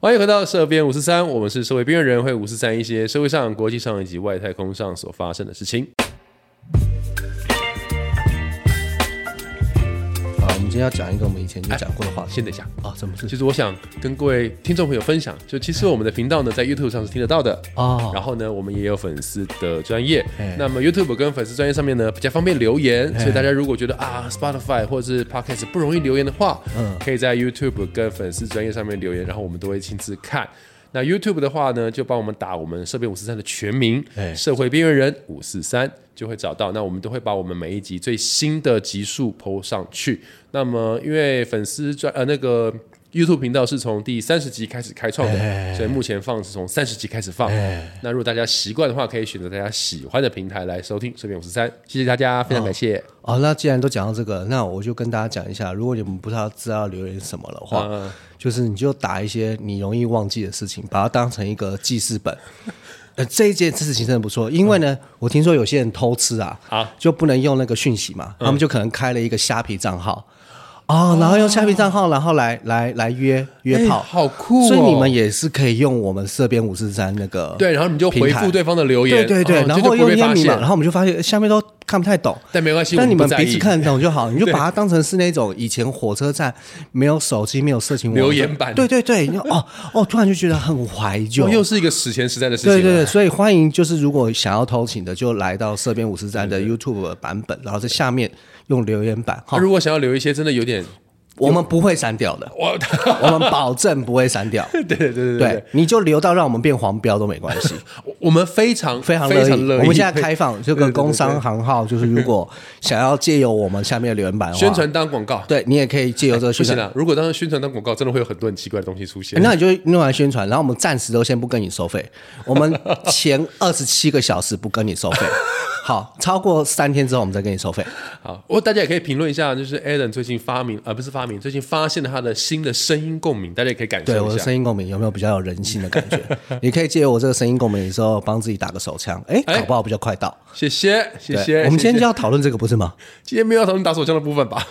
欢迎回到社编五四三，我们是社会边缘人，会五四三一些社会上、国际上以及外太空上所发生的事情。好，呃我们今天要讲一个我们以前就讲过的话题先等一下，啊，什么事其情？实我想跟各位听众朋友分享，就其实我们的频道呢，在 YouTube 上是听得到的哦然后呢，我们也有粉丝的专业哎。那么 YouTube 跟粉丝专业上面呢，比较方便留言，所以哎大家如果觉得啊 Spotify 或者是 Podcast 不容易留言的话，嗯可以在 YouTube 跟粉丝专业上面留言，然后我们都会亲自看。那 YouTube 的话呢，就帮我们打我们社编五四三的全名，哎社会边缘人五四三就会找到。那我们都会把我们每一集最新的集数 PO 上去。那么因为粉丝专呃那个 YouTube 频道是从第三十集开始开创的，哎所以目前放是从三十集开始放。那如果大家习惯的话，可以选择大家喜欢的平台来收听社编五十三。谢谢大家，非常感谢。哦，那既然都讲到这个，那我就跟大家讲一下，如果你们不知道知道留言什么的话，嗯就是你就打一些你容易忘记的事情，把它当成一个记事本。呃，这一件事情真的不错，因为呢，我听说有些人偷吃啊，嗯啊嗯就不能用那个讯息嘛，他们就可能开了一个虾皮账号，哦，然后用虾皮账号，然后来来来约约炮，哎好酷哦所以你们也是可以用我们社边五四三那个对，然后你们就回平台复对方的留言，对对对，哦然这就不后会用被验发密现码，然。后我们就发现下面都看不太懂。但没关系，但你们我不在意彼此看得懂就好，你就把它当成是那种以前火车站没有手机、没有色情网站留言板对对对，你就哦哦，突然就觉得很怀旧哦。又是一个史前时代的事情啊了。对对对，所以欢迎就是如果想要偷情的，就来到社边五十站的 YouTube 版本，然后在下面用留言板那哈，如果想要留一些真的有点，我们不会删掉的，我我们保证不会删掉。对 对对对对 对，，你就留到让我们变黄标都没关系。我我们非常非常非乐常意。乐意。我们现在开放这个工商行号，就是如果想要借由我们下面的留言板的话宣，传当广告，对你也可以借由这不个宣行啊传。啦，如果当宣传当广告，真的会有很多很奇怪的东西出现。那你就用来宣传，然后我们暂时都先不跟你收费，我们 前二十七个小时不跟你收费，好，超过三天之后我们再跟你收 费。好，我大家也可以评论一下，就是 Alan 最近发明，而、呃不是发明，最近发现了他的新的声音共鸣，大家也可以感对受我一的下。声音共鸣有没有比较有人性 的感觉？你可以借由我这个声音共鸣的时候帮自己打个手枪，哎，哎搞不好比较快到。谢谢，谢对谢。我们今谢天就谢要讨论这个不是吗？今天没有讨论打手枪的部分 吧？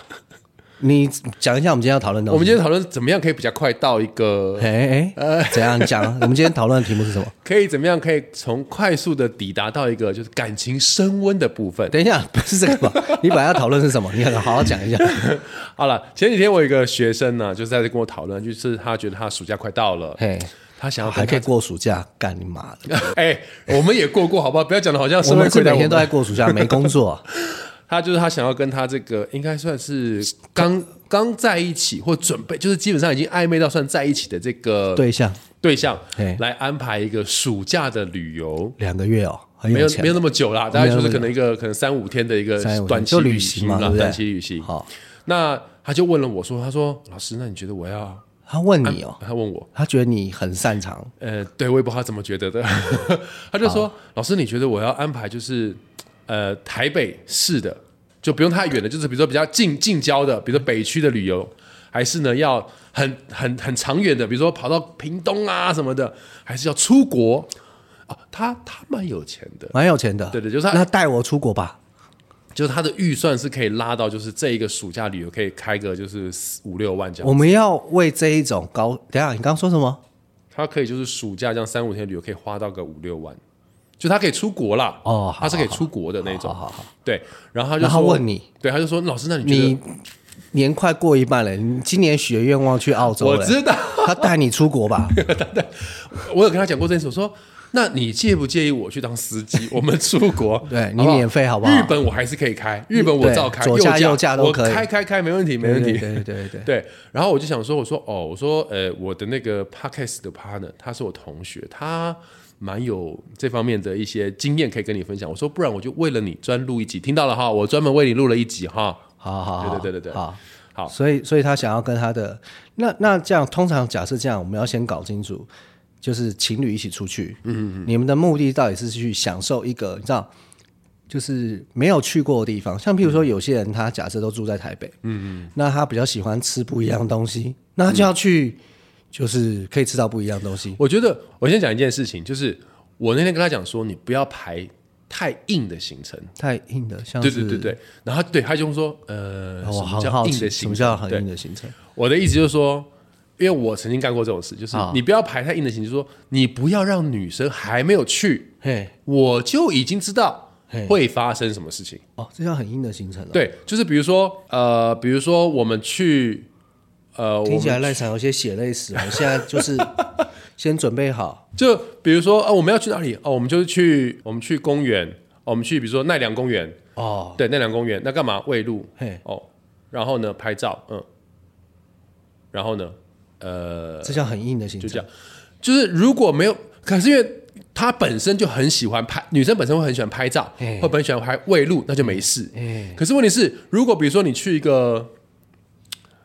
你讲一下我们今天要讨论的我东们西。今天讨论怎么样可以比较快到一个，哎 哎，怎样讲？我们今天讨论的题目是什么？可以怎么样可以从快速的抵达到一个就是感情升温的部分。等一下，不是这个吧？你本来要讨论是什么？你好好讲一 下。好了，前几天我有一个学生呢、就是在这跟我讨论，就是他觉得他暑假快到了，嘿，他想要跟还可他以过暑假，干你妈 的！ 哎、我们也过过，好不好？不要讲的好像我社会们是亏待每我天们。都在过暑假，没工作。他就是他想要跟他这个应该算是刚刚在一起或准备，就是基本上已经暧昧到算在一起的这个 对象对象嘿，来安排一个暑假的旅游。两个月哦，很没有有钱没有那么久啦，大概就是没有那么久可能一个可能三五天的一个三五天短期就旅行行嘛啦对不对短期旅行。好，那他就问了我说：“他说老师，那你觉得我要他问你哦？”，他问我，他觉得你很擅长，呃，对，我也不知道他怎么觉得的， 他就说：“老师，你觉得我要安排就是，呃，台北市的，就不用太远的，就是比如说比较近近郊的，比如说北区的旅游，还是呢要很很很长远的，比如说跑到屏东啊什么的，还是要出国？啊，他他蛮有钱的，蛮有钱的。对对就是他那带我出国吧。就是他的预算是可以拉到，就是这一个暑假旅游可以开个就是四五六万这样，我们要为这一种高，等一下你刚刚说什么？他可以就是暑假这样三五天旅游可以花到个五六万，就他可以出国啦，哦好他是可以出国的那种，好好好对，然后他就然后说问你，对，他就说老师，那你觉得你年快过一半了，你今年许的愿望去澳洲我了，知道，他带你出国 吧？我有跟他讲过这件事，我说那你介不介意我去当司 机，我们出国，对你好不好免费好不好日本我还是可以开，日本我对照开，左驾驾右驾都可以我开开开没问题，没问题，对对对对对。对，然后我就想说，我说哦，我说呃，我的那个 podcast 的 partner，他是我同学，他蛮有这方面的一些经验可以跟你分享。我说，不然我就为了你专录一集，听到了哈，我专门为你录了一集哈。好好好，对对对对对好。好所以，所以他想要跟他的那那这样，通常假设这样，我们要先搞清楚，就是情侣一起出去，嗯嗯，你们的目的到底是去享受一个你知道，就是没有去过的地方，像譬如说有些人他假设都住在台北，嗯嗯，那他比较喜欢吃不一样的东西，那他就要去、就是可以吃到不一样的东西，我觉得我先讲一件事情，就是我那天跟他讲说，你不要排太硬的行程。太硬的，像对是对对对，然后他对他就说，呃，哦，我什么好叫好硬奇的什行么程？叫很对硬的行程？我的意思就是说，因为我曾经干过这种事，就是啊你不要排太硬的行程，就是说你不要让女生还没有去，嘿，我就已经知道嘿会发生什么事情。哦，这叫很硬的行程、哦。，对，就是比如说，呃，比如说我们去，呃，我听们起来赖场有些血泪 史。我现在就是先准备好，就比如说，哦，我们要去哪里？哦，我们就是去，我们去公园，哦我们去，比如说奈良公园，哦，对，奈良公园，那干嘛？喂鹿，嘿，哦，然后呢，拍照，嗯，然后呢，呃，这叫很硬的行就程。这样，就是如果没有，可是因为她本身就很喜欢拍，女生本身会很喜欢拍照，嘿会很喜欢拍喂鹿，那就没事。嘿可是问题是，如果比如说你去一个，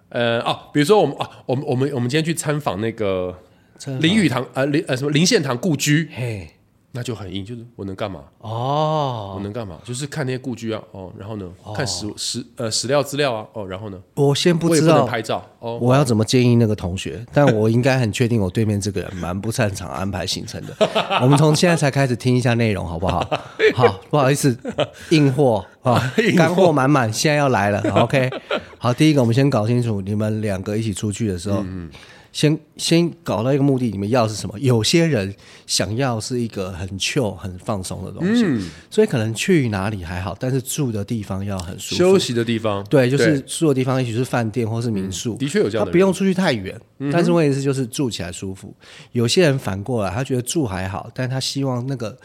呃，哦，比如说我们啊，我们我们我们今天去参访那个真好林语堂呃林呃什么林献堂故居，嘿，那就很硬，就是我能干嘛？哦，我能干嘛？就是看那些故居啊，哦，然后呢，看史史呃史料资料啊，哦，然后呢，我先不我也知不能道拍照哦。我要怎么建议那个同 学，但我应该很确定，我对面这个人蛮不擅长安排行程的。我们从现在才开始听一下内容，好不 好？好，不好意思， 硬货啊，干货满满，现在要来了。好 OK，好，第一个我们先搞清楚，你们两个一起出去的时候，先先搞到一个目的，你们要的是什么？有些人想要是一个很 chill、很放松的东西，所以可能去哪里还好，但是住的地方要很舒服。休息的地方，嗯对，就是住的地方，也许是饭店或是民宿，的确有这样的人嗯他不用出去太远，但是问题是就是住起来舒服。有些人反过来，他觉得住还好，但他希望那个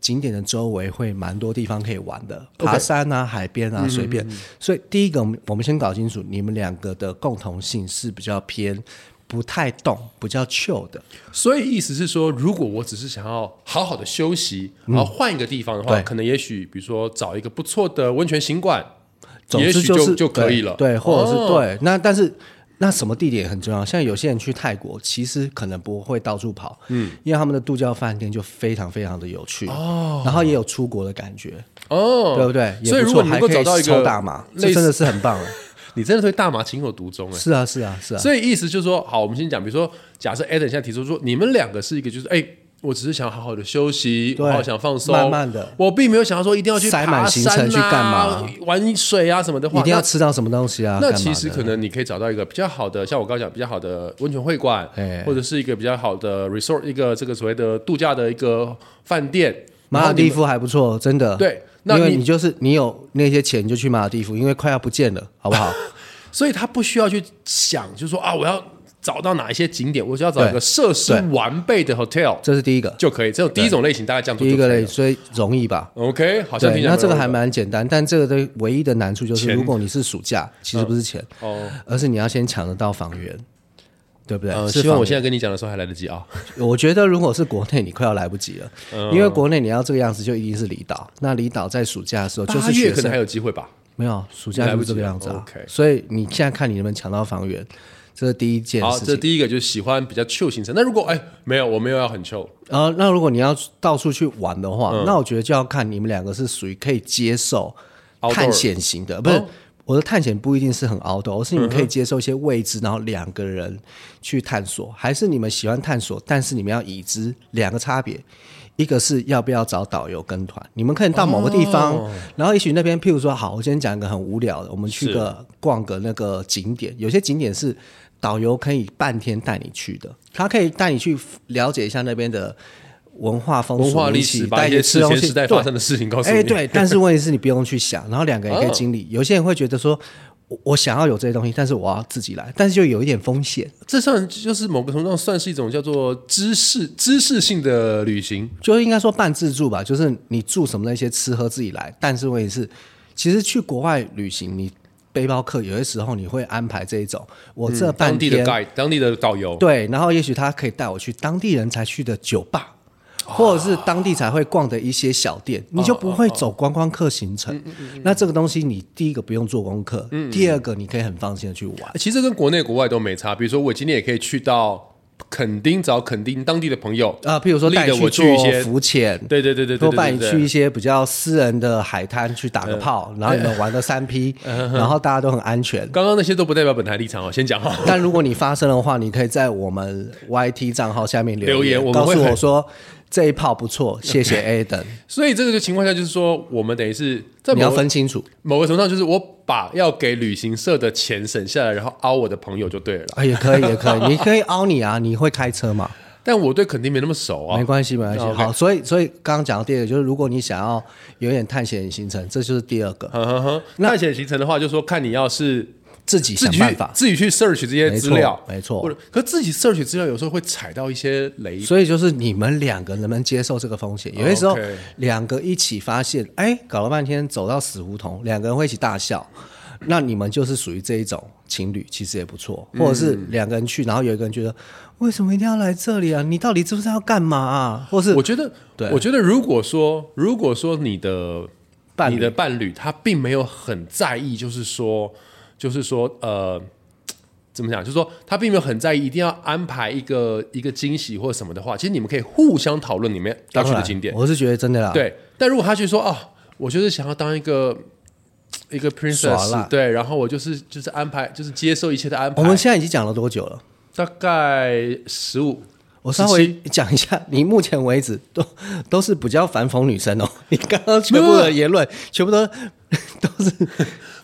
景点的周围会蛮多地方可以玩的，爬山啊、海边嗯啊，随便。所以第一个，我们我们先搞清楚你们两个的共同性是比较偏不太动、比较 chill 的。所以意思是说，如果我只是想要好好的休息，然后换一个地方的话，嗯对可能也许比如说找一个不错的温泉行馆，总也之许是就可以了，对，对或者是、哦对。那但是那什么地点也很重要，像有些人去泰国，其实可能不会到处跑，嗯，因为他们的度假饭店就非常非常的有趣哦，然后也有出国的感觉，哦，对不对？也所以不如果错你能还够可以找到一抽个大麻，这类真似，的是很 棒了。你真的对大麻情有独钟哎。是啊，是啊，是啊，所以意思就是说，好，我们先讲，比如说，假设 Adam 现在提出说，你们两个是一个，就是哎。我只是想好好的休息，对我好想放松，慢慢地我并没有想要说一定要去塞满爬行程山啊去干嘛、玩水啊什么的话，一定要那吃到什么东西啊？那干嘛其实的可能你可以找到一个比较好的，像我刚刚讲比较好的温泉会馆哎，或者是一个比较好的 resort，一个这个所谓的度假的一个饭店。马然尔后你蒂们夫还不错，真的。对那因为你你就是你有那些钱，你就去马尔蒂夫，因为快要不见了，好 不好？所以他不需要去想，就是说啊，我要找到哪一些景点，我只要找一对个设施完备的 hotel 这是第一个，就可以。这种第一种类型，大概这样做第就一个可以嘞，了。所以容易吧？ OK，好像对，听起来那这个还蛮蛮简单，但这个的唯一的难处就是，钱嗯如果你是暑假，其实不是钱，哦。而是你要先抢得到房源，对不对？呃，是希望房我现在跟你讲的时候还来得及啊。我觉得如果是国内，你快要来不及了，嗯因为国内你要这个样子，就一定是离岛。那离岛在暑假的时候就八是月学可能生还有机会吧。没有暑假就是这个样子来啊不及了，OK 所以你现在看你能不能抢到房源，这是第一件好，事这情。第一个就是喜欢比较 chill 行程。那如果哎没有，我没有要很 chill，然后，那如果你要到处去玩的嗯话，那我觉得就要看你们两个是属于可以接受 Outdoor 探险型的，不是、哦嗯我的探险不一定是很 outdoor，而是你们可以接受一些未知，然后两个人去探索，还是你们喜欢探索，但是你们要已知两个差别。一个是要不要找导游跟团，你们可以到某个地方，哦然后也许那边譬如说，好，我今天讲一个很无聊的，我们去个逛个那个景点，有些景点是导游可以半天带你去的，他可以带你去了解一下那边的文化风俗、文化历民史，情把带一你些吃史东前西，时代对发生的事情告诉你。哎，对，但是问题是你不用去想，然后两个哦人可以经历。有些人会觉得说，我我想要有这些东西，但是我要自己来，但是就有一点风险，这算就是某个程度上算是一种叫做知识知识性的旅行。就应该说半自助吧，就是你住什么那些吃喝自己来。但是问题是，其实去国外旅行，你背包客有些时候你会安排这一种，我这嗯半当地的天 guide，当地的导游，对，然后也许他可以带我去当地人才去的酒吧，或者是当地才会逛的一些小店，哦你就不会走观光客行程。嗯那这个东西，你第一个不用做功课，第二个你可以很放心的去玩。其实跟国内国外都没差。比如说，我今天也可以去到垦丁找垦丁当地的朋友啊，譬如说带立你得我去去一做些，浮潜，对对对对对对或带你对嗯去一些比较私人的海滩去打个炮，然后你们玩个 三 P，然后大家都很安全。刚刚那些都不代表本台立场哦，先讲好。但如果你发生的话，你可以在我们 YT 账号下面留言，言我们告会诉我很说这一炮不错，谢谢 A 等，所以这个就情况下就是说，我们等于是在你要某个分清楚。某个程度上，就是我把要给旅行社的钱省下来，然后凹我的朋友就对了啦。啊，也可以，也可以，你可以凹你啊，你会开车嘛？但我对肯定没那么熟啊没。关系，没关系。 OK 好，所以所以刚刚讲到第二个，就是如果你想要有点探险行程，这就是第二个，呵呵呵探险行程的话，就说看你要是自己自想己办去法。自己去 search 这些没资错料，没错或者可自己 search 资料有时候会踩到一些雷。所以就是你们两个能不能接受这个风险？有些时候哦 OK 两个一起发现，哎，搞了半天走到死胡同，两个人会一起大笑，那你们就是属于这一种情侣，其实也不错。或者是嗯两个人去，然后有一个人觉得为什么一定要来这里啊？你到底知不知道要干嘛啊？或是我觉得，对我觉得如果说如果说你的伴侣你的伴侣他并没有很在意，就是说就是说呃。怎么讲？就是说，他并没有很在意，一定要安排一个一个惊喜或什么的话，其实你们可以互相讨论你们要去当的然景点。我是觉得真的啦，对，但如果他去说哦，我就是想要当一个一个耍 princess，赖对，然后我就是就是安排，就是接受一切的安排。我们现在已经讲了多久了？大概十五，我稍微 讲一下，你目前为止都都是比较反讽女生哦。 你刚刚全啊部的言论，全部都 都是，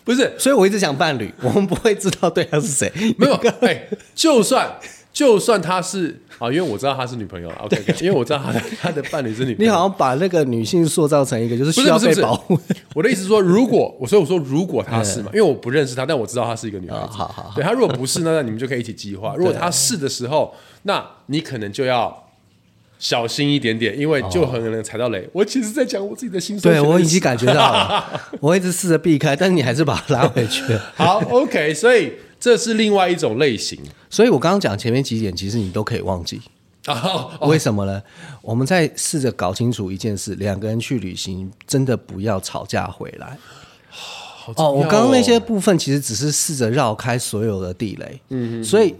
不是所以我一直讲伴侣，我们不会知道对方是谁。没 有，哎、就算就算她是啊，因为我知道她是女朋友了，OK，, o k 因为我知道她的她的伴侣是女朋你友。好像把那个女性塑造成一个就是不需是不要是被不是 保护的，我的意思是说，如果我所以我说如果她是嘛，因为我不认识她，但我知道她是一个女孩子。哦好好好对她如果不是呢，那你们就可以一起计划；如果她是的时候，那你可能就要小心一点点，因为就很可能踩到雷。我其实在讲我自己的心酸哦对血泪史。我已经感觉到了，我一直试着避开，但是你还是把它拉回去了。好 OK，所以这是另外一种类型所以我刚刚讲前面几点，其实你都可以忘记。啊。为什么呢？我们在试着搞清楚一件事：两个人去旅行，真的不要吵架回来。好重哦，要我刚刚那些部分其实只是试着绕开所有的地雷。嗯，所以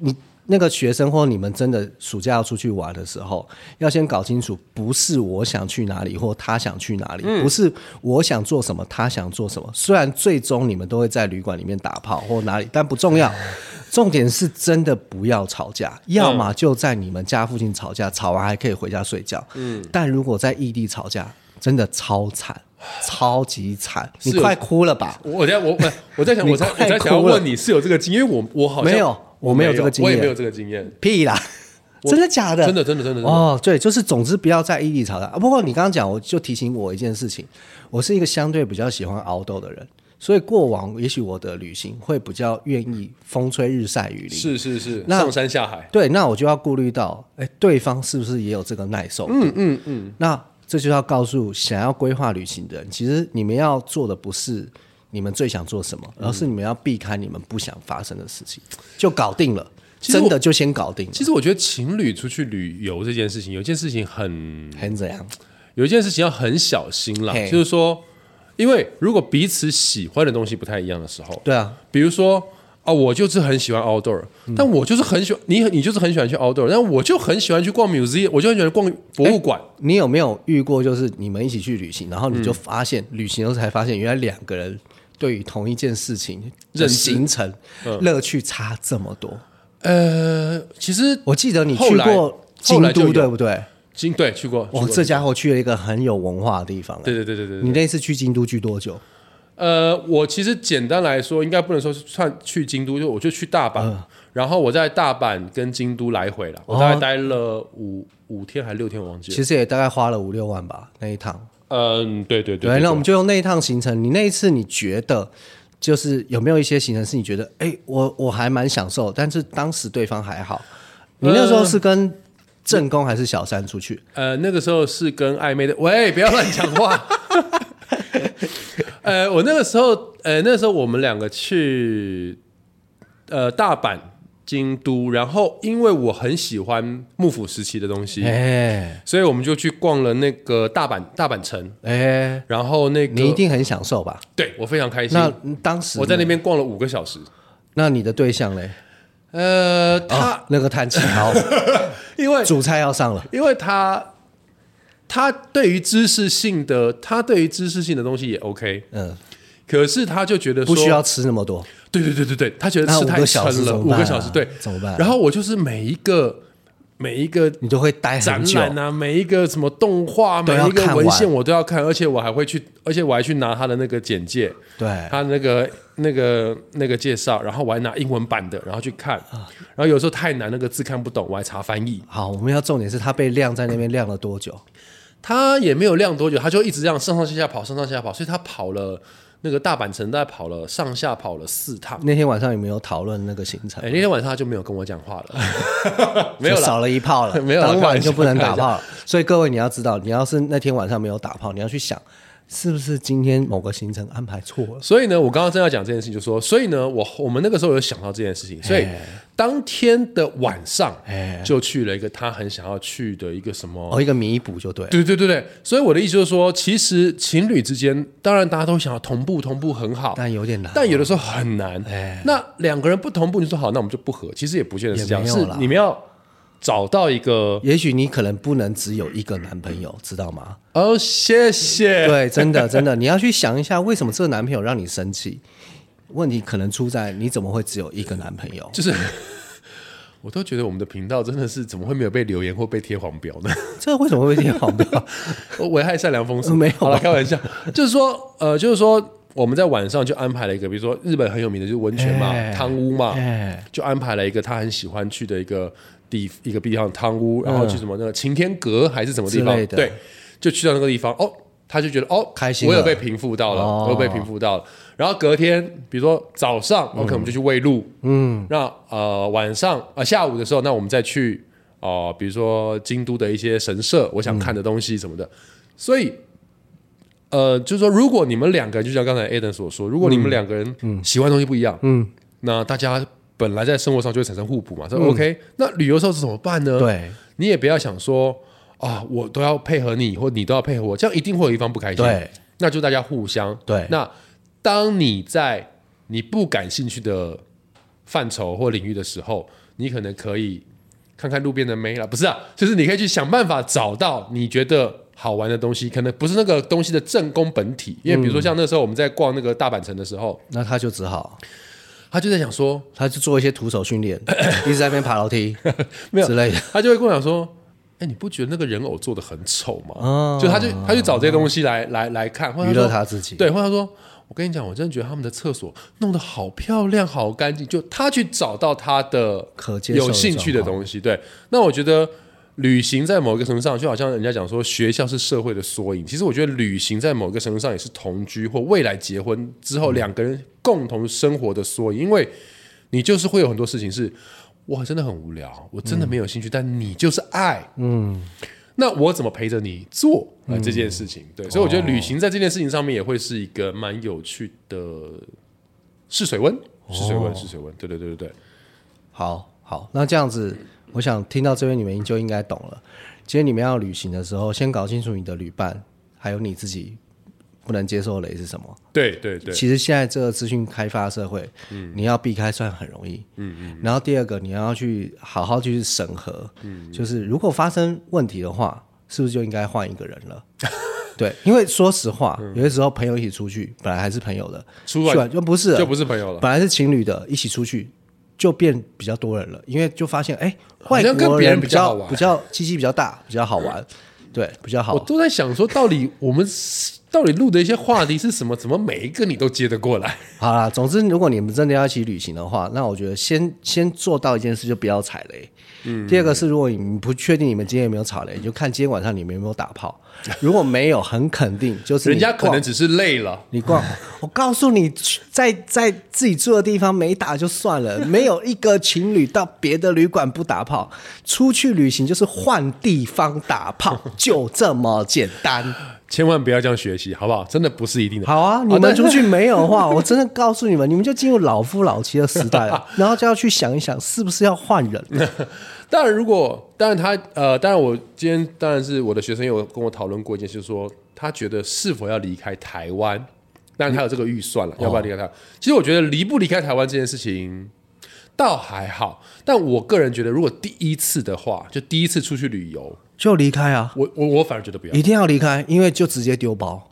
你那个学生或你们真的暑假要出去玩的时候，要先搞清楚，不是我想去哪里或他想去哪里，不是我想做什么他想做什么。虽然最终你们都会在旅馆里面打炮或哪里，但不重要。重点是真的不要吵架，要么就在你们家附近吵架，吵完还可以回家睡觉。嗯，但如果在异地吵架，真的超惨，超级惨，你是有快哭了吧？我在我我我在想，你我在我快在想要哭了问你是有这个经验，因为我我好像没有我没有这个经验我也没有这个经验，屁啦，真的假的？真的真的真的真的哦，对，就是总之不要在异地吵架。啊不过你刚刚讲，我就提醒我一件事情，我是一个相对比较喜欢熬斗的人，所以过往也许我的旅行会比较愿意风吹日晒雨淋。是是是，那上山下海。对，那我就要顾虑到，哎，对方是不是也有这个耐受度？嗯嗯嗯。那这就要告诉想要规划旅行的人，其实你们要做的不是你们最想做什么，而是你们要避开你们不想发生的事情，就搞定了。实我真的就先搞定了，其实我觉得情侣出去旅游这件事情，有一件事情很，还是怎样？有一件事情要很小心啦，嘿就是说，因为如果彼此喜欢的东西不太一样的时候，对啊，比如说啊、我就是很喜欢 outdoor，、但我就是很喜欢你，你就是很喜欢去 outdoor，但我就很喜欢去逛 museum，我就很喜欢逛博物馆。你有没有遇过，就是你们一起去旅行，然后你就发现、旅行的时候才发现，原来两个人对于同一件事情的认知嗯行程乐趣差这么多？呃，其实我记得你后去来过后京来就都，有对不对？经对去过，去哇，过这家伙去了一个很有文化的地方。啊对对对对对对你那次去京都去多久？呃，我其实简单来说，应该不能说是算去京都，就我就去大阪，然后我在大阪跟京都来回了，我大概待了五、五天还六天，我忘记了。其实也大概花了五六万吧，那一趟。嗯，对对对对，那我们就用那一趟行程。你那一次你觉得，就是有没有一些行程是你觉得，哎，我我还蛮享受，但是当时对方还好。你那时候是跟正宫还是小三出去？呃，那个时候是跟暧昧的，喂，不要乱讲话。 呃，我那个时候，呃，那时候我们两个去呃大阪、京都，然后因为我很喜欢幕府时期的东西，哎所以我们就去逛了那个大阪大阪城，哎，然后那个你一定很享受吧？对我非常开心。那当时我在那呢，边逛了五个小时。那你的对象嘞？呃，他、哦那个叹气， 好，因为主菜要上了。因为他他对于知识性的他对于知识性的东西也 OK，嗯，可是他就觉得说不需要吃那么多，对对对对对，他觉得那吃五太个小时撑怎了，么五办啊个小时对怎么办啊然后我就是每一个每一个你就会待很展久。览啊，每一个什么动画，都每要一个看文完献我都要看，而且我还会去，而且我还去拿他的那个简介，对，他那个那个那个介绍，然后我还拿英文版的，然后去看，啊然后有时候太难，那个字看不懂，我还查翻译。好，我们要重点是他被晾在那边晾了多久？他也没有晾多久，他就一直这样上上下下跑，上上下下跑，所以他跑了那个大阪城，大概跑了上下跑了四趟。那天晚上有没有讨论那个行程哎、？那天晚上他就没有跟我讲话 了，没有就啦，少了一炮了， 没有啦当开晚玩笑就不能打开炮了。所以各位你要知道，你要是那天晚上没有打炮，你要去想是不是今天某个行程安排错了。所以呢，我刚刚正要讲这件事情，就说，所以呢，我我们那个时候有想到这件事情，所以哎当天的晚上就去了一个他很想要去的一个什么。哦，一个弥补就对了。对对对对，所以我的意思就是说，其实情侣之间，当然大家都想要同步，同步很好，但有点难。但有的时候很难。那两个人不同步，你说好，那我们就不合，其实也不见得是这样，哎也没是有啦你们要找到一个。也许你可能不能只有一个男朋友，知 道吗？哦，谢谢。对，真的真的，你要去想一下，为什么这个男朋友让你生气？问题可能出在你怎么会只有一个男朋友？就是 我都觉得我们的频道真的是怎么会没有被留言或被贴黄标呢？这为什么会变黄 标？我危害善良风俗 没有啊好了，开玩笑，就是说，呃，就是说，我们在晚上就安排了一个，比如说日本很有名的就是温泉嘛哎，汤屋嘛，哎，就安排了一个他很喜欢去的一个地一个地方汤屋，然后去什么那个擎天阁还是什么地嗯之方类，的对，就去到那个地方哦。他就觉得哦，开心我了有被平复到了，哦我有被平复到了。然后隔天，比如说早上、o k 我们就去喂鹿，嗯，那呃晚上呃下午的时候，那我们再去哦、呃比如说京都的一些神社，我想看的东西什么的。所以呃，就是说，如果你们两个人，就像刚才 Aden 所说，如果你嗯们两个人喜欢的东西不一样，嗯，那大家本来在生活上就会产生互补嘛，说 OK，、那旅游时候是怎么办呢？，嗯对你也不要想说啊，我都要配合你，或你都要配合我，这样一定会有一方不开心。，对那就大家互相。对那当你在你不感兴趣的范畴或领域的时候，你可能可以看看路边的妹啦，不是啊，就是你可以去想办法找到你觉得好玩的东西，可能不是那个东西的正宫本体，因为比如说嗯像那时候我们在逛那个大阪城的时候，那他就只好，他就在想说，他就做一些徒手 训练，一直在那边爬楼梯没有之类的。他就会跟我讲说：“哎、你不觉得那个人偶做的很丑吗？”哦就他就他就找这些东西来来来看，或者娱乐说他自己对，或者他说：“我跟你讲，我真的觉得他们的厕所弄得好漂亮，好干净。”就他去找到他的可接受的有兴趣的状况东西。对，那我觉得。旅行在某一个程度上，就好像人家讲说，学校是社会的缩影。其实我觉得旅行在某个程度上也是同居或未来结婚之后两个人共同生活的缩影，因为你就是会有很多事情是，哇，真的很无聊，我真的没有兴趣，但你就是爱，嗯，那我怎么陪着你做呃这件事情？哦对，所以我觉得旅行在这件事情上面也会是一个蛮有趣的试水温，试水温，试水温，对对对对对，好好，那这样子，我想听到这边你们就应该懂了。其实你们要旅行的时候，先搞清楚你的旅伴，还有你自己不能接受的雷是什么。对对对，嗯其实现在这个资讯开发社会，你要避开算很容易，嗯嗯。然后第二个，你要去好好去审核，嗯就是如果发生问题的话，是不是就应该换一个人了？ 对，因为说实话，有些时候朋友一起出去，本来还是朋友的，嗯出来去完就不是了就不是朋友了。本来是情侣的，一起出去就变比较多人了，因为就发现哎、外好像国跟别人比比较较好玩比较机器比较大，比较好 玩，对，比较我好。都在想说，到底我们 到底录的一些话题是什么？怎么每一个你都接得过来？好啦，总之如果你们真的要一起旅行的话，那我觉得先先做到一件事，就不要踩雷。嗯。第二个是，如果你们不确定你们今天有没有踩雷，你就看今天晚上你们有没有打炮。如果没有，很肯定就是你人家可逛能只是累了，你逛， 我告诉你，在在自己住的地方没打就算 了，没有一个情侣到别的旅馆不打炮。出去旅行就是换地方打 炮，就这么简单。千万不要这样学习，好不好？真的不是一定的。好啊，你们但出去没有的 话，我真的告诉你们，你们就进入老夫老妻的时代 了，然后就要去想一想，是不是要换人？ 当然，如果当然他呃，当然我今天当然是我的学生有跟我讨论过一件事，就是说他觉得是否要离开台湾，当然他有这个预算了，要不要离开台湾？其实我觉得离不离开台湾这件事情倒还好，但我个人觉得，如果第一次的话，就第一次出去旅游，就离开啊，我我我反而觉得不要。一定要离开，因为就直接丢包。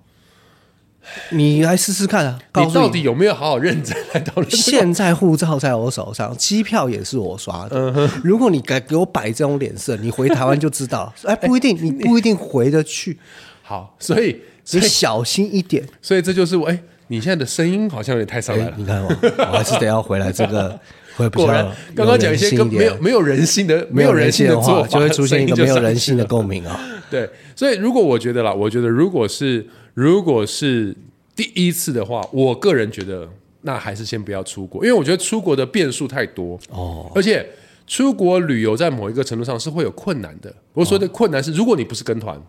你来试试看啊！告你诉到你，底有没有好好认真来讨论这个？现在护照在我手上，机票也是我刷嗯的。如果你敢给我摆这种脸色，你回台湾就 知道了。哎，不一定，你不一定回得去，好，所以所你以小心一点。所以这就是我哎、你现在的声音好像有点太上来哎了，。你看我，我还是得要回来这 个，会比较果然，刚刚讲一些有人跟性没有没有人性的没有有人人性的的做话，法，就会出现一个声没音就有上人去性的了共鸣啊、 对，所以如果我觉得啦，我觉得如果是如果是第一次的话，我个人觉得那还是先不要出国，因为我觉得出国的变数太多哦，而且出国旅游在某一个程度上是会有困难的。我所谓哦的困难是，如果你不是跟团，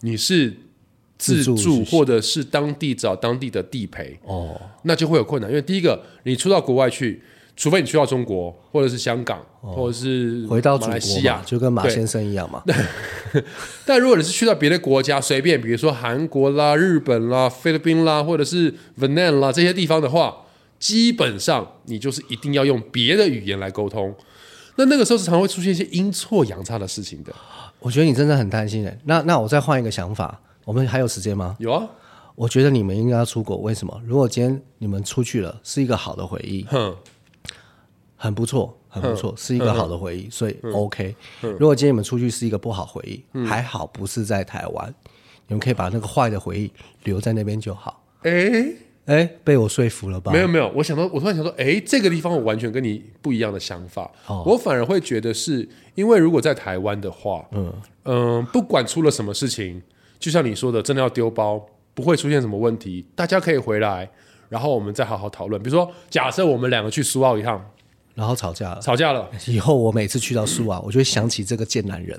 你是自自助助旅行或者是当地找当地的地陪，哦，那就会有困难，因为第一个，你出到国外去，除非你去到中国或者是香港，或者是哦回到马祖国来西嘛亚，，就跟马对先生一样嘛。但如果你是去到别的国家，随便，比如说韩国啦、日本啦、菲律宾啦，或者是 Vietnam 啦这些地方的话，基本上你就是一定要用别的语言来沟通。那那个时候是常会出现一些阴错阳差的事情的。我觉得你真的很贪心诶。欸那那我再换一个想法，我们还有时间吗？有啊，我觉得你们应该要出国，为什么？如果今天你们出去了，是一个好的回忆，哼，很不错，很不错，是一个好的回忆，所以 OK。如果今天你们出去是一个不好回忆，还好不是在台湾，你们可以把那个坏的回忆留在那边就好。哎、哎，被我说服了吧没？有没有，我想到，我突然想说，哎，这个地方我完全跟你不一样的想法。哦我反而会觉得是因为如果在台湾的话，嗯不管出了什么事情，就像你说的，真的要丢包，不会出现什么问题，大家可以回来，然后我们再好好讨论。比如说，假设我们两个去苏澳一趟，然后吵架了。吵架了。以后我每次去到苏啊，我就会想起这个贱男人，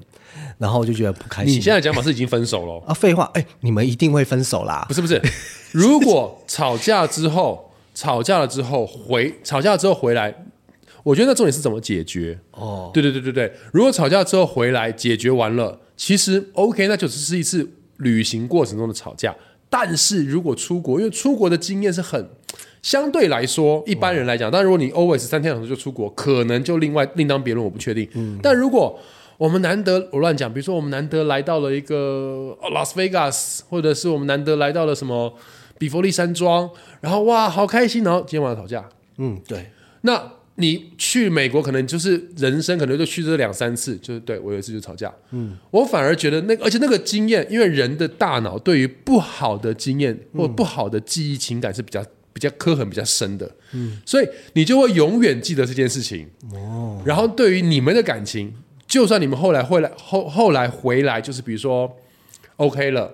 然后我就觉得不开你心。现在讲法是已经分手了哦，啊，废话，哎，你们一定会分手啦不。是不是，如果吵架之后，吵架了之后回，吵架之后回来，我觉得那重点是怎么解决。哦，对对对对对，如果吵架之后回来解决完了，其实 OK，那就只是一次旅行过程中的吵架。但是如果出国，因为出国的经验是很相对来说，一般人来讲，但如果你 always 三天两头就出国，可能就另外另当别论，我不确定。但如果我们难得我乱讲，比如说我们难得来到了一个哦 Las Vegas，或者是我们难得来到了什么比佛利山庄，然后哇好开心，然后今天晚上吵架，嗯，对，那你去美国，可能就是人生可能就去这两三次，就是对我有一次就吵架。嗯，我反而觉得那个，而且那个经验，因为人的大脑对于不好的经验或不好的记忆情感是比较比较刻痕比较深的。嗯，所以你就会永远记得这件事情。哦，然后对于你们的感情，就算你们后来回来后后来回来，就是比如说 OK 了。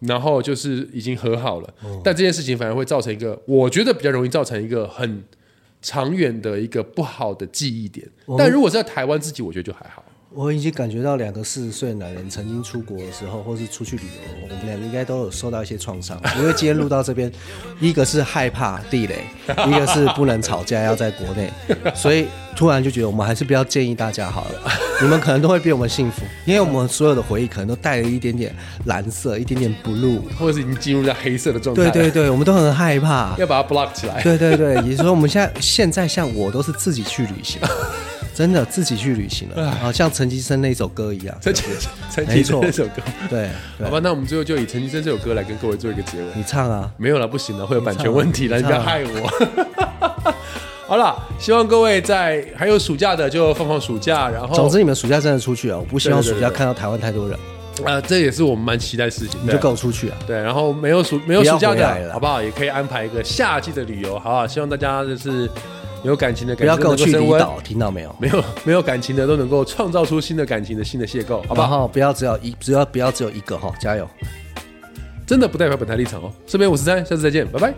然后就是已经和好了，但这件事情反而会造成一个，我觉得比较容易造成一个很长远的一个不好的记忆点。但如果是在台湾自己，我觉得就还好。我已经感觉到两个四十岁的男人曾经出国的时候，或是出去旅游，我们两个应该都有受到一些创伤。因为今天录到这边，一个是害怕地雷，一个是不能吵架，要在国 内，所以突然就觉得我们还是不要建议大家好了。你们可能都会比我们幸福， 因为我们所有的回忆可能都带了一点点蓝色，一点点 blue。或者是已经进入到黑色的状态对了，对对，我们都很害怕。 要把它 block 起来。对对对，也就是说我们现在现在像我都是自己去旅 行，真的自己去旅行了，好像陈绮贞那首歌一样。 陈绮贞，陈没绮贞错这首歌，对，好对吧，那我们最后就以陈绮贞这首歌来跟各位做一个结尾。你唱啊，没有了，不行了，会有版权问题了，你你不唱要啊害我。 好了，希望各位在还有暑假的就放放暑假，然后总之你们暑假真的出去啊，我不希望对对暑对假看到台湾太多人，啊、这也是我们蛮期待的事情。你对就跟我出去啊。对，然后没有暑没有暑假不要回来的，了好不好？也可以安排一个夏季的旅游，好不好？希望大家就是有感情的感不情要跟我能够去升离温岛，听到没有？没有 没有感情的都能够创造出新的感情的新的邂逅，好不然好？后不要只有一，只要不要只有一个哈，加油！真的不代表本台立场哦。这边五十三，下次再见，拜拜。